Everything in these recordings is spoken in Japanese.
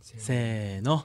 せーの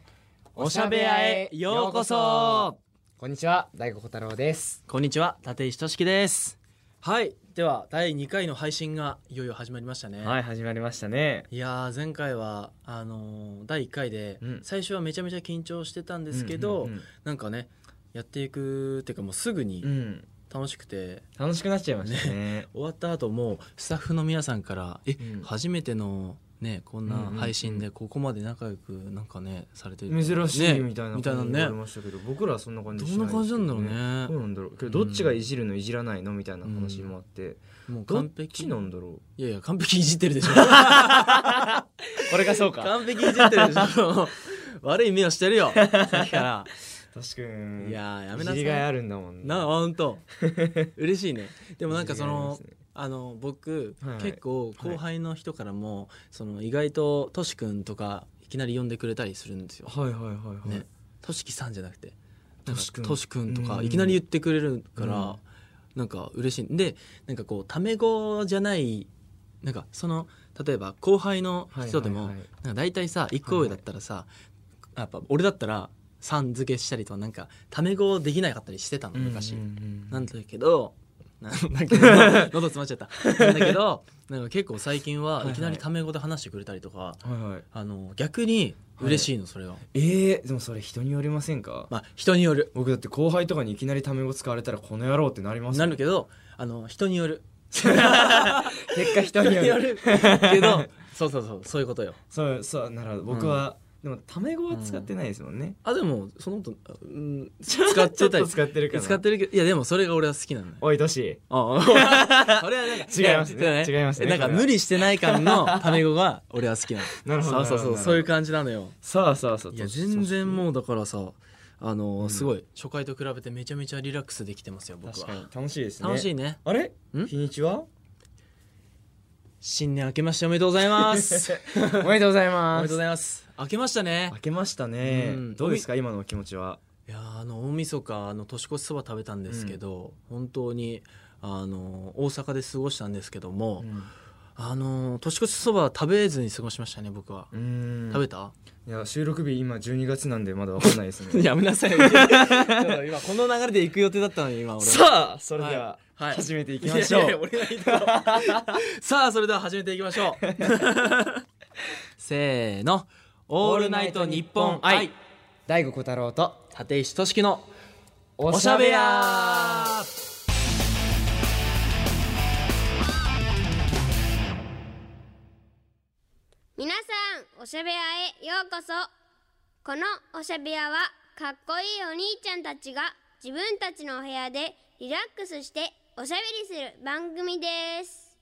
おしゃべやへようこそこんにちは大悟小太郎ですこんにちは立石俊樹ですはいでは第2回の配信がいよいよ始まりましたね、はい始まりましたねい、やー前回はあのー第1回で、うん最初はめちゃめちゃ緊張してたんですけど、うんうんなんかねやっていくっていうかもうすぐうんうにん、楽しくて、楽しくなっちゃいましたね終わった後もスタッフの皆さんから「え、うん初めてのねこんうんうなんうん配信でここまで仲良くなんかねされてる珍しいねみたいなみたいな感じで言われねましたけど、僕らはそんな感じしどんな感じなんだろうねですけどどうなんだろうけどどっちがいじるのいじらないのみたいな話もあって、もうどっ完璧ちなんだろいやいや完璧いじってるでし ょうこれがそうか完璧いじってるでしょ 悪い目をしてるよさっきか確かにらいやーやめないさじいりがいあるんだもんねなあほんと嬉しいねでもなんかそいのじりがいありますねあの僕、はいはい結構後輩の人からも、その意外ととしくんとかいきなり呼んでくれたりするんですよはいはいはいはい、ね、としきさんじゃなくてなんかとしくんとしくんとうかんいきなり言ってくれるから、うんなんか嬉しいでなんかこうタメ語じゃないなんかその例えば後輩の人でも、はいはいはいなんか大体さ一個上だったらさ、やっぱ俺だったらさん付けしたりとかなんかタメ語できなかったりしてたの昔、うんうんうんなんだけど ななんか 喉詰まっちゃったなんだけどなんか結構最近はいははいいきなりタメ語で話してくれたりとか、はいはいあの逆に嬉しいのそれが。えー、でもそれ人によりませんかまあ、人による僕だって後輩とかにいきなりタメ語使われたらこの野郎ってなりますなるけどあの人による結果人によるけどそうそうそうそういうことよそうそうなるほど僕は、でもタメ語は使ってないですもんね、あでもそのこと、うん、使ってたちょりっと使ってるかな使ってるけどいやでもそれが俺は好きなのよおいどしあ あそれはなんか違いますねそう違いますねなんかこれは無理してない感のタメ語が俺は好きなの なるほそどうそうなるほどそなるほうどそういう感じなのよさあさあさあいや全然うもうだからさあのうんすごい初回と比べてめちゃめちゃリラックスできてますよ僕確はかに楽しいですね楽しいねあれん日に ちは新年明けましておめでとうございます おめでとうございおめまでとうございます 明けましたね明けましたね、うんどうですか今のお気持ちはいやーあの大晦日あの年越しそば食べたんですけど、本当にあの大阪で過ごしたんですけども、あの年越しそば食べずに過ごしましたね僕は、うん食べたいや収録日今12月なんでまだわかんないです ねやめなさいちょっと今この流れで行く予定だったのに今俺さあそれはいでは、はい始めていきましょういやいや俺が言ったさあそれでは始めていきましょうせーの「オールナイトニッポン愛大悟小太郎と」立石俊樹の「おおしゃべや皆さんおしゃべやへようこそこのおしゃべやはかっこいいお兄ちゃんたちが自分たちのお部屋でリラックスしておしゃべりする番組です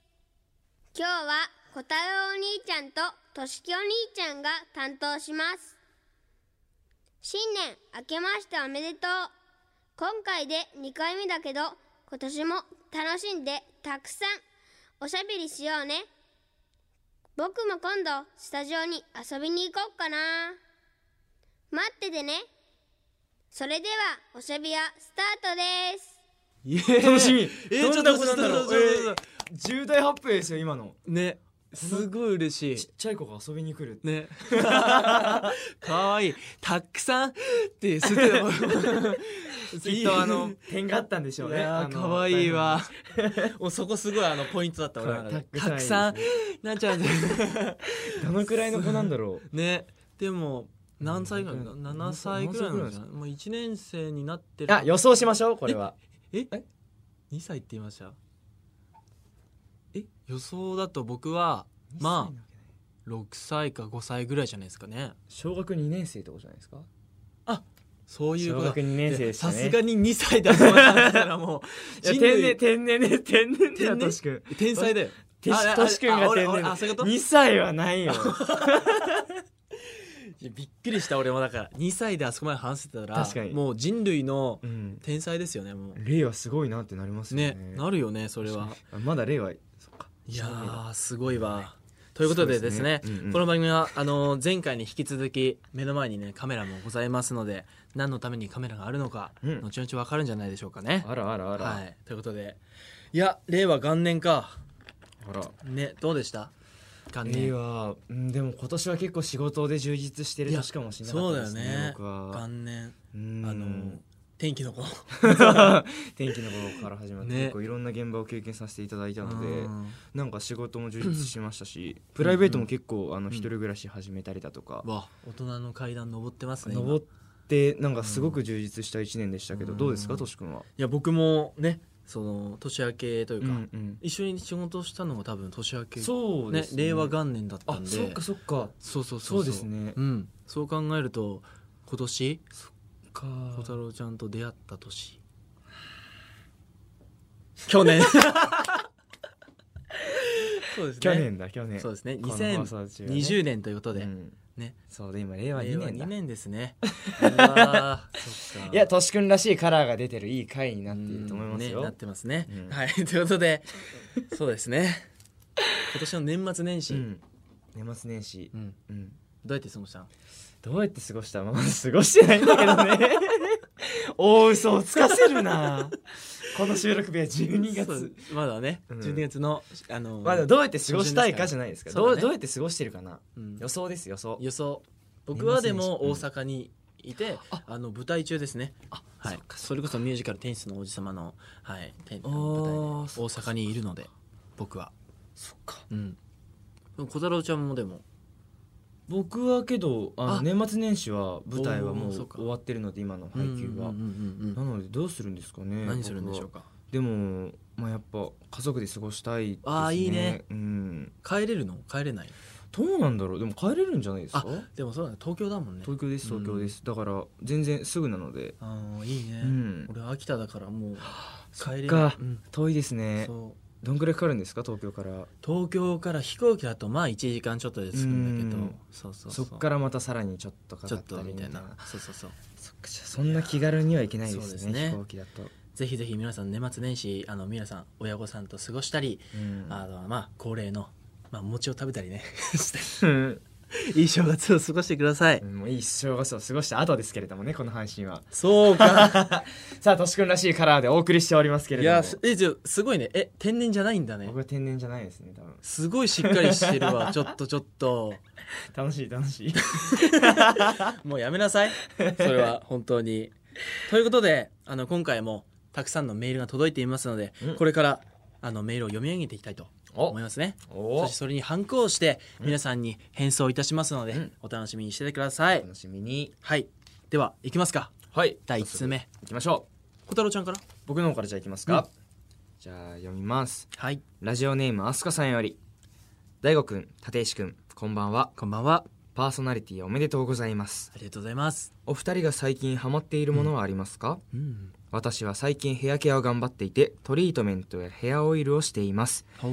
今日は小太郎お兄ちゃんととしきお兄ちゃんが担当します新年明けましておめでとう今回で2回目だけど今年も楽しんでたくさんおしゃべりしようね僕も今度スタジオに遊びに行こうかな待っててねそれではおしゃべりはスタートです楽しみえーどんなこちょとっとなんだろうちょっとちょっとえー重大発表ですよ今のねすごい嬉しちっちゃい子が遊びに来るいねかわいいたくさんって吸ってたもん きっとあの点があったんでしょういねやあーのかわいいわ もうそこすごいあのポイントだった俺の中でたたくくささんんなっちゃうんだよどのくらいの子なんだ ろうねでも何歳ぐらいうん7歳ぐらいなんじゃ何歳ぐらいなんですなかいもう1年生になってるあ予想しましょうこれはええ2歳って言いましたえ予想だと僕はまああ6歳か5歳ぐらいじゃないですかね小学2年生ってことじゃないですかそういうこと小学二年生でしたさねすがに2歳だと思ったらもう人類天然ね天然天然としくん天才だよてああしとしくんあが俺天然俺あそういうこと2歳はな いよいやびっくりした俺もだから2歳であそこまで話せてたら確かにもう人類のうん天才ですよねもレイはすごいなってなりますうよねねなるよねそれはあまだレイはそっかいやーすごいわということでですねそうですねうんうんこの番組はあのー前回に引き続き目の前にねカメラもございますので何のためにカメラがあるのか、うん後々わかるんじゃないでしょうかね。あらあらあら、はい、ということでいや令和元年かあらねどうでしたかねいいわうんでも今年は結構仕事で充実してるいや年かもしれなかそっうただよですねね僕は元年うんあの天気の子 天気のことから始まって、ね結構いろんな現場を経験させていただいたので、うんなんか仕事も充実しましたしプライベートも結構あの一人暮らし始めたりだとか、わ大人の階段登ってますね今登ってなんかすごく充実した1年でしたけど、うんどうですかとし君は、いや僕もねその年明けというか、うん一緒に仕事したのが多分年明けそうですね令和元年だったあんでそっかそっかそうそうそそううですねうん、そう考えると今年か小太郎ちゃんと出会った 年去年 そうですね去年だ去年そうですねこの放送中はね2020年ということで、うんねそうで今令和令2和年だ2年です ねうわーそっかいやとし君らしいカラーが出てるいい回になっていると思いますね、なよっ、てますね、うんはい ということでそうですね今年の年末年始、うん年末年始、うんうんどうやって過ごしたのどうやって過ごしたまま過ごしてないんだけどね 大嘘をつかせるな この収録日は12そう月まだね、うん12月のあのまあでもどうやって過ごしたいかじゃないですかそうだねどうどうやって過ごしてるかなうん予想です予想予想僕はでも大年末阪にいて、あの舞台中ですねはい、それこそミュージカル「テニスの王子様の」はい、てあの舞台であー大そ阪にいるので僕はそっかうんでも小太郎ちゃんもでも僕はけどあのあ年末年始は舞台はもおーうそ終っかわってるので今の配給はうんうんうんうなんのでどうするんですかね何するんでしょうかかでもまあやっぱ家族で過ごしたいですねあーいいねうん帰れるの帰れないどうなんだろうでも帰れるんじゃないですかあでもそうだね東京だもんね東京です東京ですだから全然すぐなのでああいいね、うん俺秋田だからもう帰れるそっかうん遠いですねそうどんくらいかかるんですか東京から東京から飛行機だとまあ1時間ちょっとで着くんだけどうんそうそうそうっからまたさらにちょっとかちかょっったとりみみたたいいななそうそうそうそっかじゃあそんな気軽にはいけないでそうですすねね飛行機だと、ぜひぜひ皆さん年末年始あの皆さん親御さんと過ごしたり、あのまあ恒例の、まあ、餅を食べたり ねしていい正月を過ごしてください、うん、もういい正月を過ごした後ですけれどもねこの配信はそう かさあとし君らしいカラーでお送りしておりますけれいどもやすえじゃあすごいねえ天然じゃないんだね僕は天然じゃないですね多分すごいしっかりしてるわちょっとちょっと楽しい楽 しいもうやめな さいそれは本当にということであの今回もたくさんのメールが届いていますので、うんこれからあのメールを読み上げていきたいとお思いますねおそしてそれに反抗して皆さんに返送いたしますので、うんお楽しみにしててください、楽しみにはいでは行きますかはい第1通目いきましょう小太郎ちゃんから僕の方からじゃあいきますか、じゃあ読みますはいラジオネームあすかさんより大悟くん立石くんこんばんはこんばんはパーソナリティおめでとうございますありがとうございますお二人が最近ハマっているものはありますか、うん私は最近ヘアケアを頑張っていてトリートメントやヘアオイルをしていますおお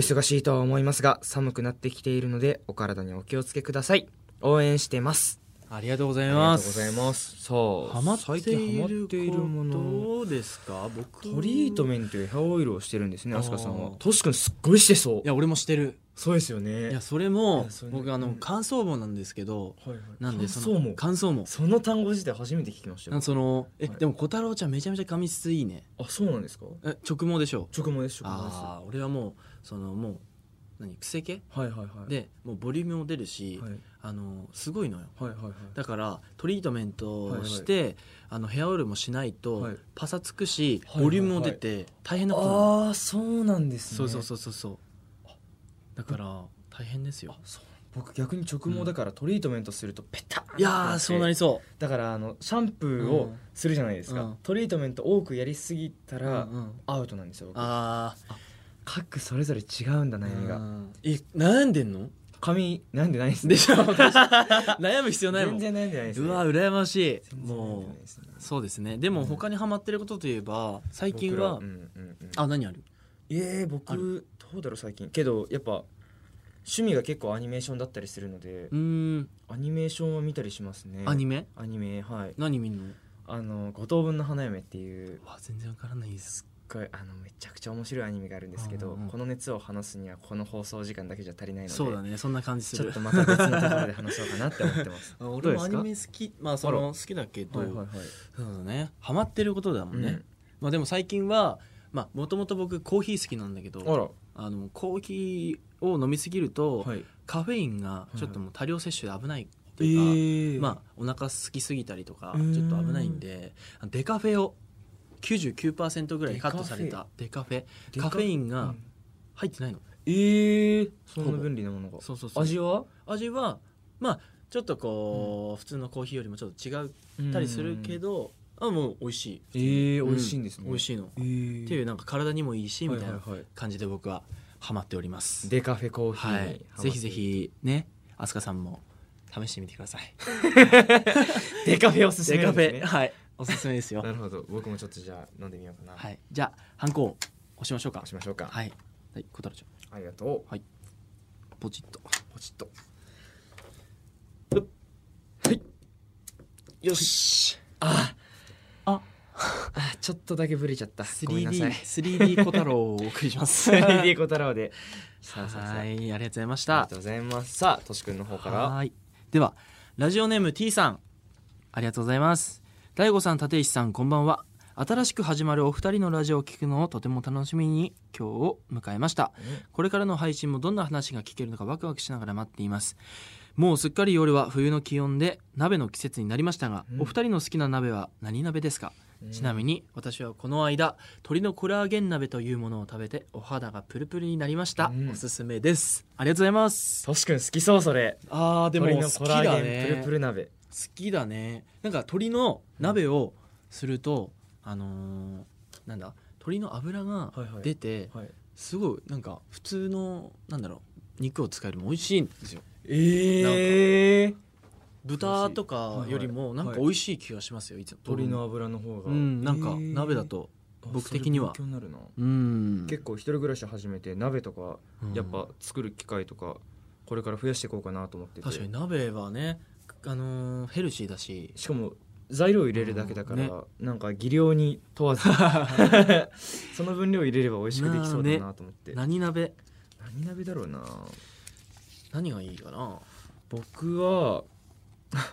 忙しいとは思いますが寒くなってきているのでお体にお気をつけください応援してますありがとうございあますますそうハマって最近いハるマっているものことですか僕トリートメントやヘアオイルをしてるんですねあーあすかさんはとしくんすっごいしてそういや俺もしてるそうですよいねやそれいもやそれね僕あうのん乾燥棒なんですけどはいはいなんで感そ想のも乾燥棒その単語自体初めて聞きましたなんよかそのえはいでも小太郎ちゃんめちゃめちゃ髪質いいねあそうなんですかえ直毛でしょ直毛です直毛ですああ俺はもうそのもう何癖毛はいはいはいでもうボリュームも出るし、はいあのすごいのよはいはいはいだからトリートメントをして、あのヘアオイルもしないと、はいパサつくしはいはいはいボリュームも出て大変なことなの、ああそうなんですねそうそうそうそうそうだから大変ですよそう僕逆に直毛だからトリートメントするとペターンいやーそうなりそうだからあのシャンプーをするじゃないですか、うんトリートメント多くやりすぎたらうんうんアウトなんですよ、僕あ各それぞれ違うんだあ悩みがえ悩んでんの髪悩んでないですねでしょ 悩む必要ないもん全然悩んでないです、うね、わ羨ましいも全然悩んでなういですねそうですねでも他にハマってることといえば最近僕らは、うんうんうん、あ何あるえー、あ僕どうだろう最近けどやっぱ趣味が結構アニメーションだったりするのでうーんアニメーションは見たりしますねアニメアニメはい何見んのあの「五等分の花嫁」っていうわ全然わからないですすっごいあのめちゃくちゃ面白いアニメがあるんですけうんど、うんうんこの熱を話すにはこの放送時間だけじゃ足りないのでそうだねそんな感じすちょっるとまた別のところで話そうかなって思ってます 。あ俺もアニどうでメ好きまあそあの好きだけすかど、はいはいはい。そうだねハマってることだもんね、うんまあでも最近はまあもともと僕コーヒー好きなんだけどあら、あのコーヒーを飲みすぎると、はいカフェインがちょっともう多量摂取で危ないっていうか、えまあ、お腹空きすぎたりとかうーんちょっと危ないんでデカフェを99%ぐらいカットされたデカフェデカカフェインあが入ってないの、ええそほぼんな分離なものがそうそうそう味は味はまあちょっとこう、普通のコーヒーよりもちょっと違ったりするけど、あもう美味しいええう美味しいんですね美味しいの、えーっていうなんか体にもいいしみたいはないはいはい感じで僕はハマっておりますデカフェコーヒはーいにぜひぜひね飛鳥さんも試してみてくださいデカフェおすすめデカなんフですェ、ねはいおすすめですよ なるほど僕もちょっとじゃあ飲んでみようかな、はい、じゃあ、ハンコを押しましょうか押。しましょうか、はい、はい、小太郎ちゃ、ありがとうんポチッと。ポチッとよし。あああちょっとだけブレちゃったごめんな 3D、さい 3D 小太郎をお送りしま す。 3D 小太郎でさあさあさあはありい、ありがとうございましがたと。うございますさあとしくんの方からはい、では、ラジオネーム T さん、ありがとうございます。大悟さん、立石さん、こんばんは。新しく始まるお二人のラジオを聞くのをとても楽しみに今日を迎えました。これからの配信もどんな話が聞けるのかワクワクしながら待っていますもうすっかり夜は冬の気温で鍋の季節になりましたが、うんお二人の好きな鍋は何鍋ですか、ちなみにに私はこの間鶏のコラーゲン鍋というものを食べてお肌がプルプルになりました、うんおすすめですありがとうございますとしくん好きそうそれあーで鶏のコラーゲンプルプル鍋好きだねなんか鶏の鍋をすると、あのーなんだ鶏の油がはいはい出て、はいすごいなんか普通のなんだろう肉を使うよりも美味しいんですよええ豚とかよりも美味しないはいはいんか美味しい気がしますよいつも鶏の油の方がうんなんかええ鍋だとあ僕的にはそれ勉強になるなうん結構一人暮らし始めて鍋とかうんやっぱ作る機会とかこれから増やしていこうかなと思ってて確かに鍋はねあのーヘルシーだししかも材料入れるだけだかうら、んねなんか技量に 問わずその分量入れれば美味しくできそうだなと思って、何鍋何鍋だろうな何がいいかな僕は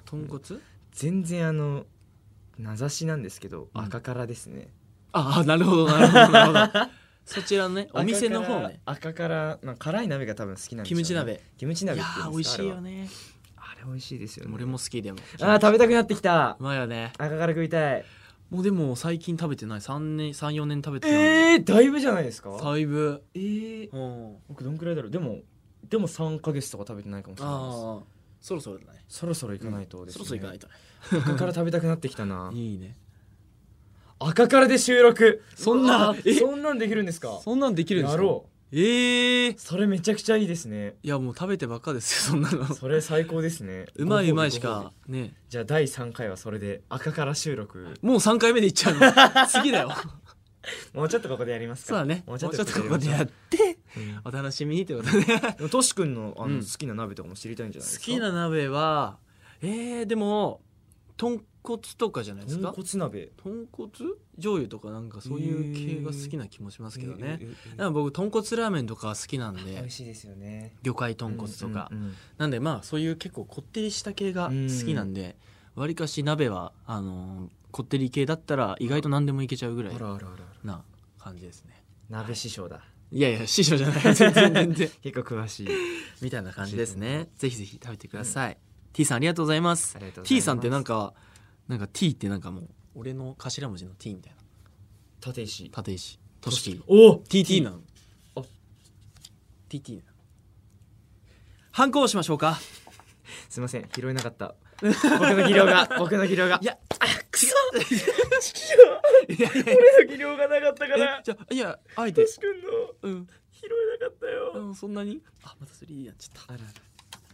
豚骨全然あの名指しなんですけど、うん赤からですねああなるほどなるほどなるほど そちらのねお店の方ね赤から赤から、まあ、辛い鍋が多分好きなんですキよ、ね、ムチ鍋キムチいや鍋ってー言うん美味ですしかいよねあれはあれ美味しいですよね俺も好きでもあー食べたくなってきたうまいよね赤から食いたいもうでも最近食べてない三年三四年食べてないえー、だいぶじゃないですかだいぶえー、うん僕どんくらいだろうでもでも3ヶ月とか食べてないかもしれないですああそろそろだねそろそろ行かないとでそすね、ろそろ行かないと赤から食べたくなってきたな いいね赤からで収録そんなうわえそんなんできるんですかそんなんできるんですやかろうええそれめちゃくちゃいいですねいやもう食べてばっかですよそ んなのそれ最高ですねうまいうまいしご褒美ご褒か美ねじゃあ第3回はそれで赤から収録もう3回目でいっちゃう の次だよもうちょっとここでやりますかそうだねももううちちょょっっととここここででややりましっょうてうんお楽しみにってことねでもトシ君のあの、うん好きな鍋とかも知りたいんじゃないです好かきな鍋はえー、でも豚骨とかじゃないです豚か骨鍋豚骨醤油とかなんかそういう系が好きな気もしますけどね、えーえーえーなんか僕豚骨ラーメンとか好きなん美で味しいですよね魚介豚骨とか、うんうんうんなんでまあそういう結構こってりした系が好きなんでわりかし鍋はあのーこってり系だったら意外と何でもいけちゃうぐらいあらあらあらあらな感じですね鍋師匠だいやいや師匠じゃない全然全然結構詳しいみたいな感じですねぜひぜひ食べてください、T さんありがとうございますありがとうございます T さんってなんかなんか T ってなんかもう俺の頭文字の T みたいな立石立石としきお TT なのあ TT なのハンコをしましょうかすいません拾えなかった 僕の技量が僕の技量がいやあく そいやいやいや 俺の技量がなかったかえじゃあいやあえてくんのうん、拾えなかったようん、そんなにあまた 3D になっちゃっあらら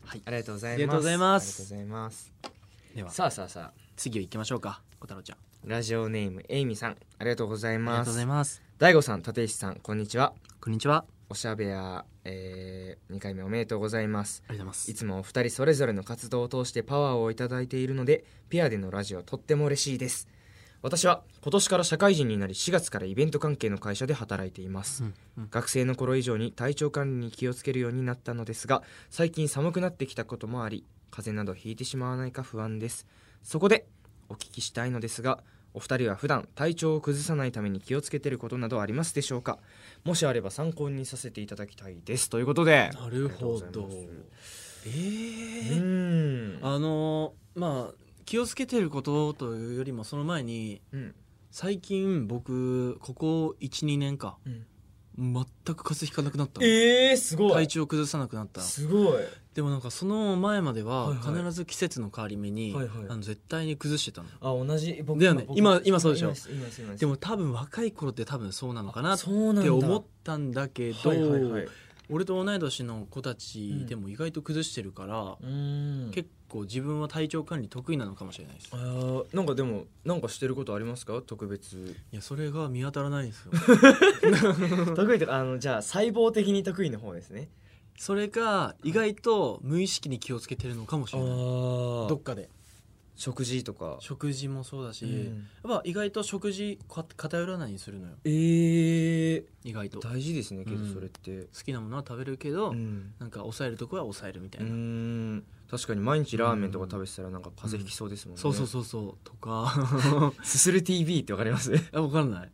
はいありがとうございますありがとうございますありがとうございますたではさあさあさあ次を行きましょうか小太郎ちゃんあラジオネームエイミさんありがとうございりがまとうごすざいます大悟さん立石さんこんにちはこんにちはおしゃべや、えー、2回目おめでとうございますありがとうございますいつもお二人それぞれの活動を通してパワーをいただいているのでペアでのラジオとっても嬉しいです私は今年から社会人になり4月からイベント関係の会社で働いています、うんうん学生の頃以上に体調管理に気をつけるようになったのですが最近寒くなってきたこともあり風邪などひいてしまわないか不安ですそこでお聞きしたいのですがお二人は普段体調を崩さないために気をつけてることなどありますでしょうかもしあれば参考にさせていただきたいですということでなるほありがとうどございますえうーーんあのーまあ気をつけてることというよりもその前にうん最近僕ここ12年かうん全く風邪ひかなくなったのえー、すごい体調崩さなくなったすごいでもなんかその前までははいはい必ず季節の変わり目に、はいはいあの絶対に崩してたのあ同じ僕だよね僕今今そうでしょ今す今す今すでも多分若い頃って多分そうなのかなっそうなんだて思ったんだけど、はいはいはいう俺と同い年の子たちでも意外と崩してるから、ーん結構自分は体調管理得意なのかもしれないですあーなんかでもなんかしてることありますか特別いやそれが見当たらないんですよ得意とかあのじゃあ細胞的に得意の方ですね それが意外と無意識に気をつけてるのかもしあれないどあっかで食事とか食事もそうだし、うんやっぱ意外と食事か偏らないようにするのよえー、意外と好大事ですねけうどんそれってきなものは食べるけど、んなんか抑えるとこは抑えるみたういな、ん確かに毎日ラーメンとか食べてたらなんか風邪ひきそうですもんね、そうそうそうそうと かうすする TV ってわかりますあ分かんない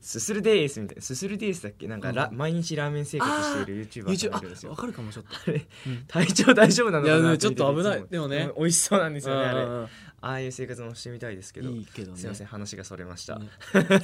すするデースみたいなすするデースだっけなんかラ、うん毎日ラーメン生活している YouTuber さん YouTube があいるんですよ分かるかもちょっと体調大丈夫なのかないやてちょっと危ないつもでもね美味しそうなんですよねあれあああいう生活もしてみたいですけどいいけどねすいません話がそれました、ね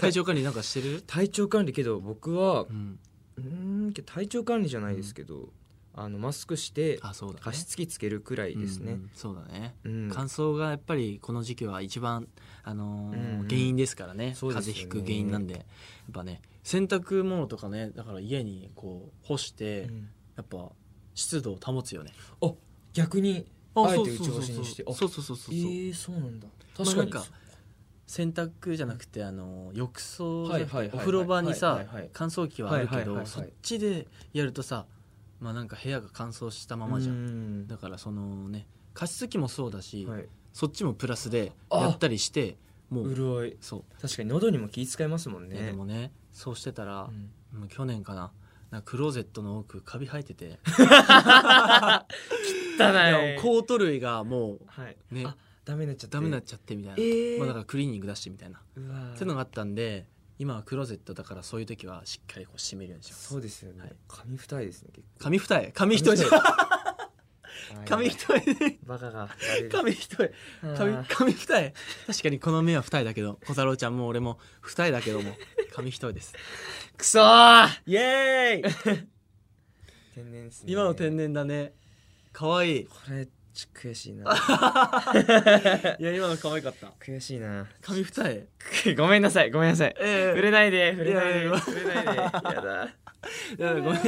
体調管理なんかしてる体調管理けど僕はうんうーんけど体調管理じゃないですけど、あのマスクしてあそうだね加湿器つけるくらいですうねんうんそうだねうん、乾燥がやっぱりこの時期は一番、あのーうんうん原因ですからねそうですよね風邪ひく原因なんでやっぱね洗濯物とかねだから家にこう干して、うんやっぱ湿度を保つよねあ逆にあえて内干しにしてあそうそうそうそうそうそうそうえー、そうなんだまあ確なかんに、か洗濯じゃなくてあの浴槽じゃなくてはいはいはいはいお風呂場にはさいはいはい乾燥機はあるけはいはいはいはどいそっちでやるとさまあなんか部屋が乾燥したままじゃうんんだからそのね加湿器もそうだしはい、そっちもプラスであやったりしてもう潤いそ確かに喉にも気使いますもんうねねでもねそうしてたらうんもう去年かななんかクローゼットの奥カビ生えててい汚やいコート類がもはい、うねあダメになっちゃってダメになっちゃってみたいえなーまあだからクリーニング出してみたいなうわっーていうのがあったんで今はクローゼットだからそういう時はしっかりこう締めるようにしますそうですよね、はい紙二重ですね結紙二重紙一重じゃん構 紙重一重でバカが紙一重紙紙二重確かにこの目は二重だけど小太郎ちゃんも俺も二重だけども紙一重 ですくそーイエーイ 天然ですね今の天然だね可愛いいこれちょ悔しいな いや今の可愛かった悔しいな紙二重ごめんなさいごめんなさいえ触れないで触れないいやいでや触れないでやだえいやごめん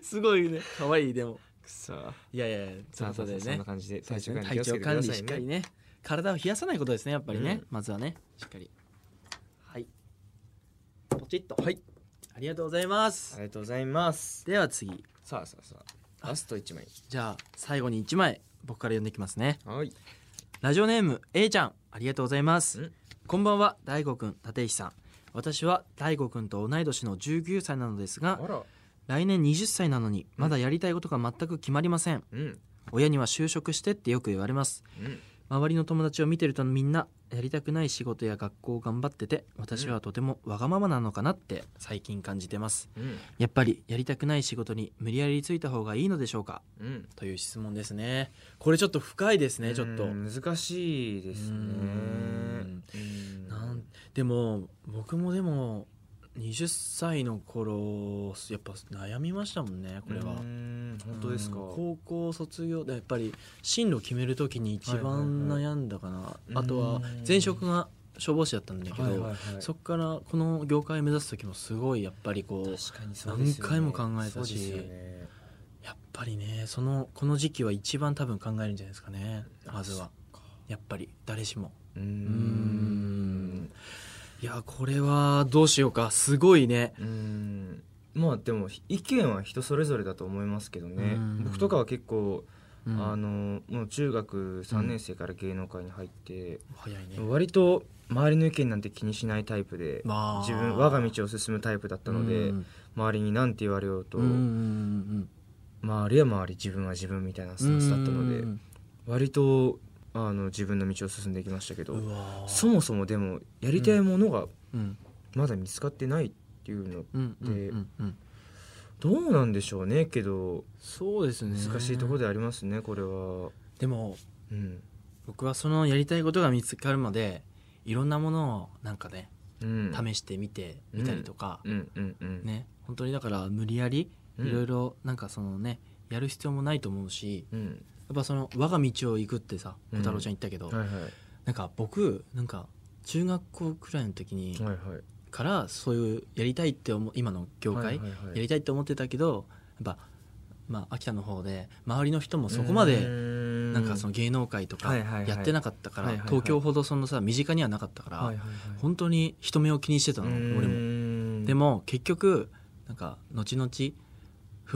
すごいね可愛いでもくそーいやいやいやということでそんねな感じでそうです体調ね管体理気をつ調けてくだ管理さしいっかりねね体を冷やさないことですねやっぱりね、うんまずはねしっかりはいポチッとはいありがとうございます、ありがとうございますでは次さあさあさあラスト一枚じゃあ最後に1枚僕から読んでいきますねはいラジオネーム A ちゃんありがとうございますうんこんばんは大悟くん立石さん私は大悟くんと同い年の19歳なのですがあら来年20歳なのにまだやりたいことが全く決まりませんうん親には就職してってよく言われますうん周りの友達を見てるとみんなやりたくない仕事や学校を頑張ってて私はとてもわがままなのかなって最近感じてますうんやっぱりやりたくない仕事に無理やりついた方がいいのでしょうかうんという質問ですねこれちょっと深いですねちょっとうん難しいですねうんうんなんでも僕もでも20歳の頃やっぱ悩みましたもんねこれはうーん本当ですかうん高校卒業でやっぱり進路決める時に一番はいは悩いんだかな、うんあとは前職が消防士だったんだけど、はいはいはいそこからこの業界目指す時もすごいやっぱりこう確かにそうですよ何ね回も考えたしそうですよねやっぱりねそのこの時期は一番多分考えるんじゃないですかねまずはやっぱり誰しもうーうーんんいやこれはどうしようかすごいねうーんまあでも意見は人それぞれだと思いますけどねうん僕とかは結構、うんあのもう中学3年生から芸能界に入って、早いね割と周りの意見なんて気にしないタイプでまあ自分我が道を進むタイプだったので、うん周りに何て言われようと、うんうんうん周りは周り自分は自分みたいなスタンスだったので、うん割とああの自分の道を進んでいきましたけどうわーそもそもでもやりたいものがうんまだ見つかってないっていうのうんうんでうんうんどうなんでしょうねけどそうですね難しいところでありますねこれは。でもうん僕はそのやりたいことが見つかるまでいろんなものをなんかねうん、試してみてみたりとか、うんうんうん、ね本当にだから無理やりうんいろいろなんかそのねやる必要もないと思うしうん、やっぱその我が道を行くってさう小ん太郎ちゃん言ったけど、はいはいなんか僕なんか中学校くらいの時にはいはいからそういうやりたいって思う今の業界、はいはいはいやりたいって思ってたけどやっぱ、まあ、秋田の方で周りの人もそこまうーでんなんかその芸能界とかはいはいはいやってなかったから、はいはいはい東京ほどそのさ身近にはなかったから、はいはいはい本当に人目を気にしてたの俺も。もで、も結局なんか後々踏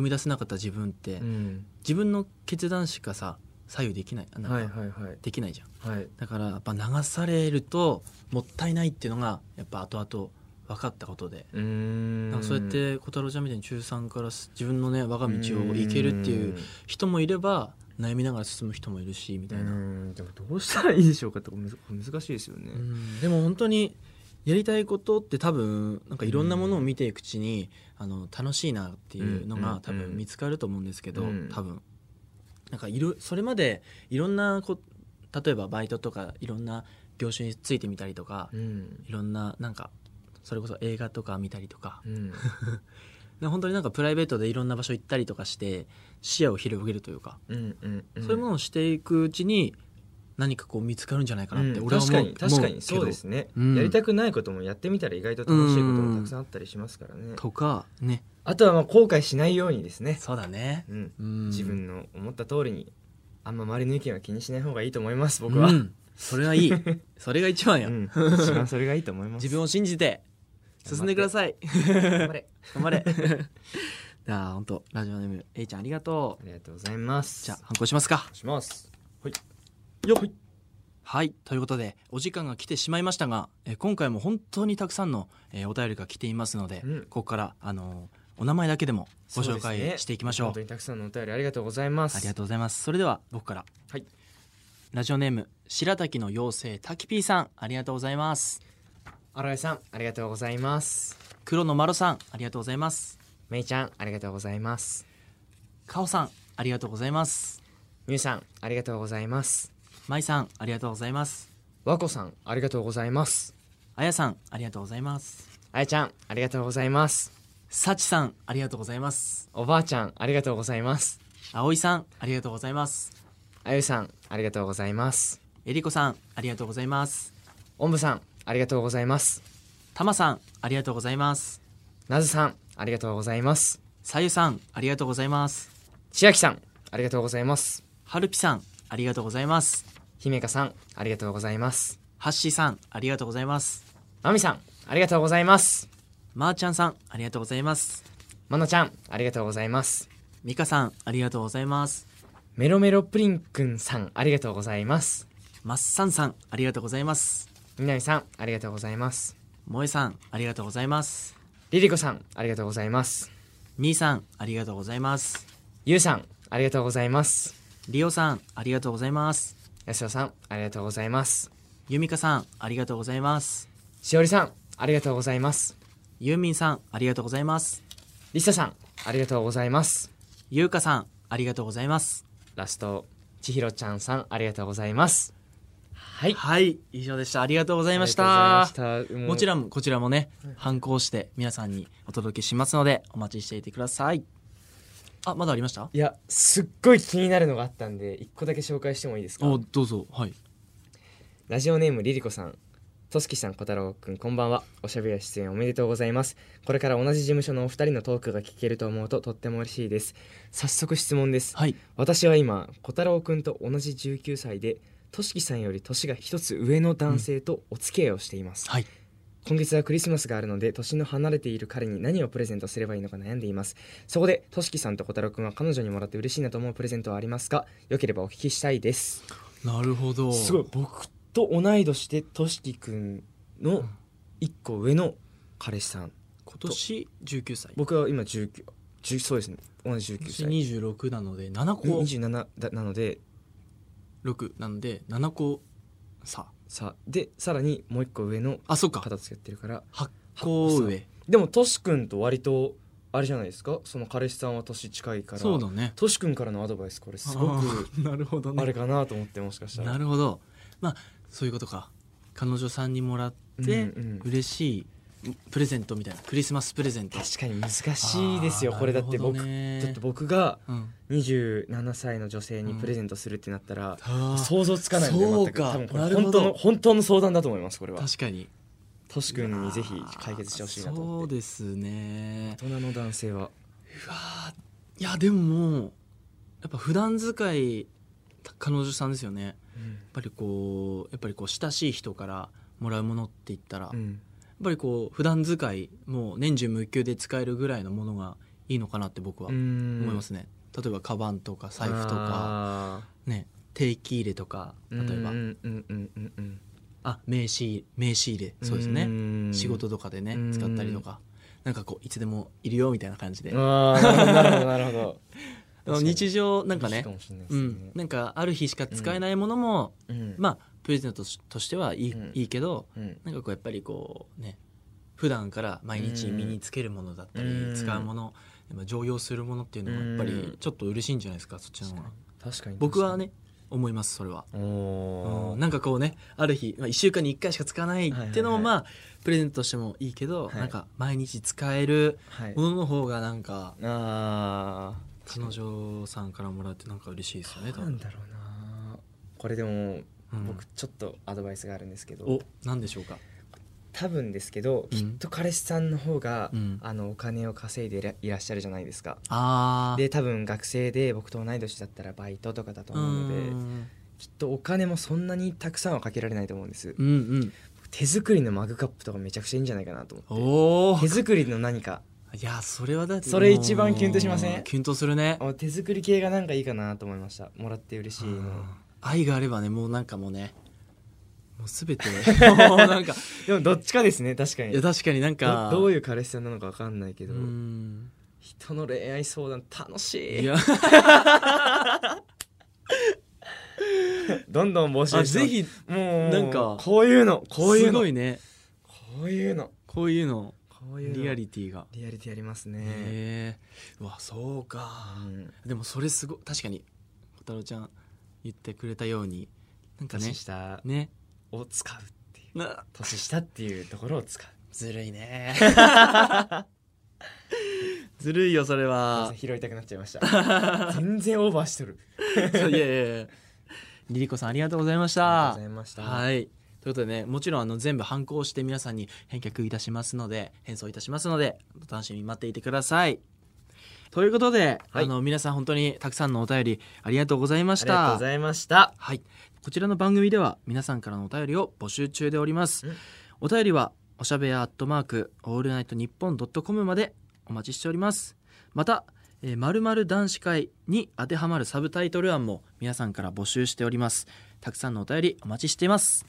み出せなかった自分って、うん、自分の決断しかさ左右できないなんかはいはいはいできないじゃんはいだからやっぱ流されるともったいないっていうのがやっぱ後々分かったことで、うーんなんかそうやって小太郎ちゃんみたいに中3からす自分のね我が道を行けるっていう人もいれば悩みながら進む人もいるしみうたーいな、んでもどうしたらいいでしょうかってこれむず難しいですよね、うんでも本当にやりたいことって多分なんかいろんなものを見ていくうちに、あの楽しいなっていうのうんうんが多分見つかると思うんですけど、うん多分なんかいろそれまでいろんなこ例えばバイトとかいろんな業種についてみたりとか、うんいろんななんかそれこそ映画とか見たりとかうんで本当になんかプライベートでいろんな場所行ったりとかして視野を広げるというか、うんうんうんそういうものをしていくうちに何かこう見つかるんじゃないかなってうん俺は思う,、確かに確か思にけどそうですね、うんやりたくないこともやってみたら意外と楽しいこともたくさんあったりしますからねとかねあとはまあ後悔しないようにですね、そうだね、うん、うん、自分の思った通りにあんま周りの意見は気にしない方がいいと思います僕は、ううんんそれ はいいそれが一番や、一番それがいいと思いま す自分を信じて進んでください頑張れ頑張れ じゃあ本当ラジオネーム A ちゃんありがとあうりがとうございますじゃあ反抗しますかしますはいはいということでお時間が来てしまいましたが、えー今回も本当にたくさんの、えーお便りが来ていますので、うんここから、あのーお名前だけでもご紹そうですね介していきましょう本当にたくさんのお便りありがとうございますありがとうございますそれでは僕からはいラジオネーム白滝の妖精たきぴーさんありがとうございます荒井さんありがとうございます黒のまろさんありがとうございますめいちゃんありがとうございますかおさんありがとうございますみゆさんありがとうございますまいさんありがとうございます和子さんありがとうございますあやさんありがとうございますあやちゃんありがとうございますさちさんありがとうございますおばあちゃんありがとうございますあおいさんありがとうございますあゆさんありがとうございますえりこさんありがとうございますおんぶさんありがとうございますたまさんありがとうございますなずさんありがとうございますさゆさんありがとうございます千秋さんありがとうございますはるぴさんありがとうございます姫香さんありがとうございますはっしーさんありがとうございますまみさんありがとうございますまー、ちゃんさんありがとうございますまなちゃんありがとうございますみかさんありがとうございますメロメロプリンくんさんありがとうございますまっさんさんありがとうございますみなみさんありがとうございますもえさんありがとうございますりりこさんありがとうございますみーさんありがとうございますゆうさんありがとうございますりおさんありがとうございますやすおさんありがとうございますゆみかさんありがとうございますしおりさんありがとうございますゆうみんさんありがとうございますりささんありがとうございますゆうかさんありがとうございますラストちひろちゃんさんありがとうございますはいはい以上でしたありがとうございましたありがとうございましたうもちろんこちらもね反抗して皆さんにお届けしますのでお待ちしていてくださいあまだありましたいやすっごい気になるのがあったんで一個だけ紹介してもいいですかどうぞはいラジオネームりりこさんとすきさん小太郎くんこんばんはおしゃべり出演おめでとうございますこれから同じ事務所のお二人のトークが聞けると思うととっても嬉しいです早速質問ですはい私は今小太郎くんと同じ19歳でとしきさんより年が一つ上の男性とお付き合いをしています、はい今月はクリスマスがあるので年の離れている彼に何をプレゼントすればいいのか悩んでいますそこでとしきさんと小太郎くんは彼女にもらって嬉しいなと思うプレゼントはありますかよければお聞きしたいですなるほどすごい僕と同い年でとしきくんの一個上の彼氏さん今年19歳今僕は今19 10そうですね同じ19年歳26なので7個27だなので6なので7個差さでさらにもう一個上のあそうか片付けってるから8個上でもトシ君と割とあれじゃないですかその彼氏さんは年近いからそうだねトシ君からのアドバイスこれすごくあー なるほどあれねかなと思ってもしかしたらなるほどまあそういうことか彼女さんにもらっうんてうん嬉しいプレゼントみたいなクリスマスプレゼント確かに難しいですよあーこれだって僕、なるほどねちょっと僕がうん27歳の女性にプレゼントするってなったら、想像つかかなないいんんで全で全くく多多分分ここれれ本本当当のの本当の相談だと思いますこれは確かにトシ君にぜひ解決してほしいなと思そっうてですね大人の男性は、いやでももうやっぱ普段使い彼女さんですよねやっぱりこうやっぱりこう親しい人からもらうものって言ったら、うやっんぱりこう普段使いもう年中無休で使えるぐらいのものがいいのかなって僕はう思んいますね、例えばカバンとか財布とかあね定期入れとか例ーえば、うんうんうんうんうんあ名刺名刺入れそうですね、ね仕事とかでねうん使ったりとかなんかこういつでもいるよみたいな感じであああなるほどなるほどの確かに日常 なんかいいねかもしれないでうすんね、なんかある日しか使えないものも、うんまあプレゼントとしとしてはいい,、うんいいけどうんなんかこうやっぱりこうね普段から毎日身につけるものだったり、うん使うものやっぱ常用するものっていうのがやっぱうんりちょっと嬉しいんじゃないですかそっちの方が確かに僕はね思いますそれは。おうおんなんかこうねある日、まあ、1週間に1回しか使わないっていうのも、はいはいはまあプレゼントとしてもいいけど、はいなんか毎日使えるはいものの方がなんかああ彼女さんからもらってなんか嬉しいですよね多どうなん分、だろうなこれでもうん僕ちょっとアドバイスがあるんですけど、お何でしょうか多分ですけど、うんきっと彼氏さんの方が、うんあのお金を稼いでいらいらっしゃるじゃないですかあーで多分学生で僕と同い年だったらバイトとかだと思うのでうんきっとお金もそんなにたくさんはかけられないと思うんですうんうん手作りのマグカップとかめちゃくちゃいいんじゃないかなと思っておお手作りの何かいやそれはだってそれ一番キュンとしませんうんキュンとするねあ手作り系がなんかいいかなと思いましたもらって嬉しいの愛があればねもうなんかもうねもうす べてもうなんかでもどっちかですね確かいにや確かになんかどどうういう彼氏さんなのか分かんないけどうん人の恋愛相談楽しいいやどんどん 募あ集してまぜすひもうなんかこういうのこういうすのごいねこういうのこういうのこういうのリアリティがリアリティありますね、へえうわそうかうんでもそれすごい確かに小太郎ちゃん言ってくれたようになんかね年下ねを使うっていうな年下っていうところを使うずるい ねずるいよそれは拾いたくなっちゃいました 全然オーバーしとるいやいやいやリリコさんありがとうございましあたりがとうございましたはいということでねもちろんあの全部反抗して皆さんに返却いたしますので返送いたしますのでお楽しみに待っていてくださいということで、はいあの皆さん本当にたくさんのお便りありがとうございまあしりがとうたございましたはい、こちらの番組では皆さんからのお便りを募集中でおりますうん。お便りはおしゃべやアットマークオールナイトニッポンドットコムまでお待ちしております。また、えー、まるまる男子会に当てはまるサブタイトル案も皆さんから募集しております。たくさんのお便りお待ちしています。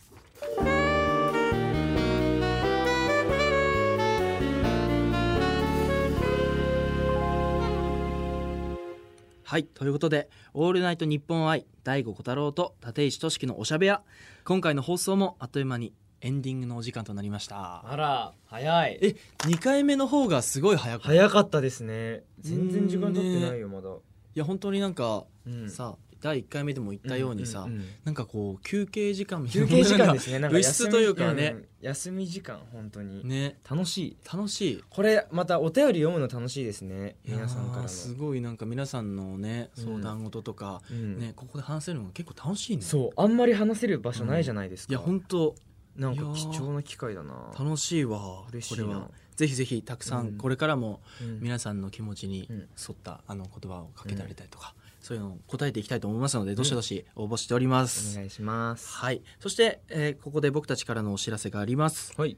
はいということで「オールナイトニッポン愛大悟小太郎と立石俊樹のおしゃべや」今回の放送もあっという間にエンディングのお時間となりましたあら早いえ二2回目の方がすごい早くい早かったですね全然時間経ってないよまだ、や本当になんか、うんさ第1回目でも言ったようにさ、んんんなんかこう休憩時間みたい休な憩時間ですねななんんかか物休質みというかね,、ん休み時間本当に、ね楽しい楽しいこれまたお便り読むの楽しいですねいやー皆さんからのすごいなんか皆さんのねうん相談事とか、うんねここで話せるのが結構楽しいねそうあんまり話せる場所ないじゃないですか、や本当なんかいや貴ー重な機会だな楽しいわ嬉しこいれなはぜひぜひたくさうんんこれからもうん皆さんの気持ちにうん沿ったあの言葉をかけてあげたりとか、そういうのを答えていきたいと思いますのでどしどし応募しております、お願いしますはいそして、えーここで僕たちからのお知らせがあります、はい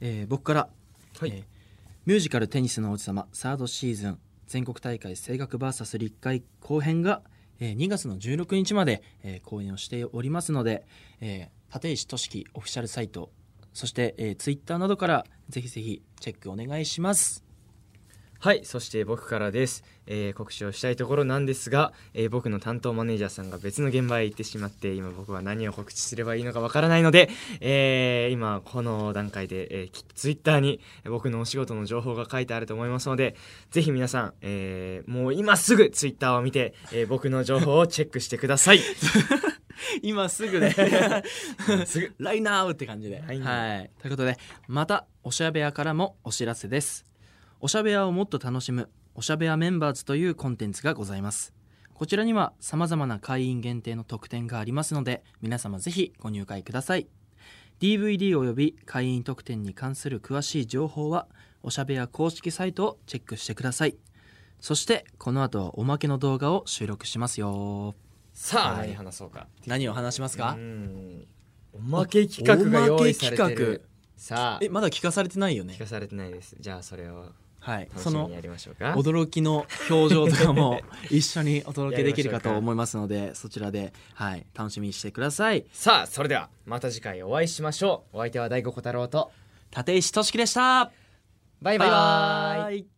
えー僕から、はいえーミュージカル「テニスの王子様」サードシーズン全国大会声楽 VS 立会後編が、えー2月の16日まで、えー公演をしておりますので、えー立石俊樹オフィシャルサイトそして、えー、ツイッターなどからぜひぜひチェックお願いします。はいそして僕からです、えー告知をしたいところなんですが、えー僕の担当マネージャーさんが別の現場へ行ってしまって今僕は何を告知すればいいのかわからないので、えー今この段階で、えー、きツイッターに僕のお仕事の情報が書いてあると思いますのでぜひ皆さん、えーもう今すぐツイッターを見て、えー僕の情報をチェックしてください今すぐね すぐライナーって感じで、はいはい、ということでまたおしゃべやからもお知らせですおしゃべやをもっと楽しむおしゃべやメンバーズというコンテンツがございますこちらにはさまざまな会員限定の特典がありますので皆様ぜひご入会ください DVD および会員特典に関する詳しい情報はおしゃべや公式サイトをチェックしてくださいそしてこの後はおまけの動画を収録しますよさあはい何話そうか何を話しますかうんおまけ企画が用意されおまけ企てるさあえまだ聞かされてないよね聞かされてないですじゃあそれをはい、楽しそみのにやりましょうか驚きの表情とか も一緒にお届けできるかとやりましょうか思いますのでそちらで、はい、楽しみにしてくださいさあそれではまた次回お会いしましょうお相手は大悟小太郎と立石俊樹でしたバイバイイ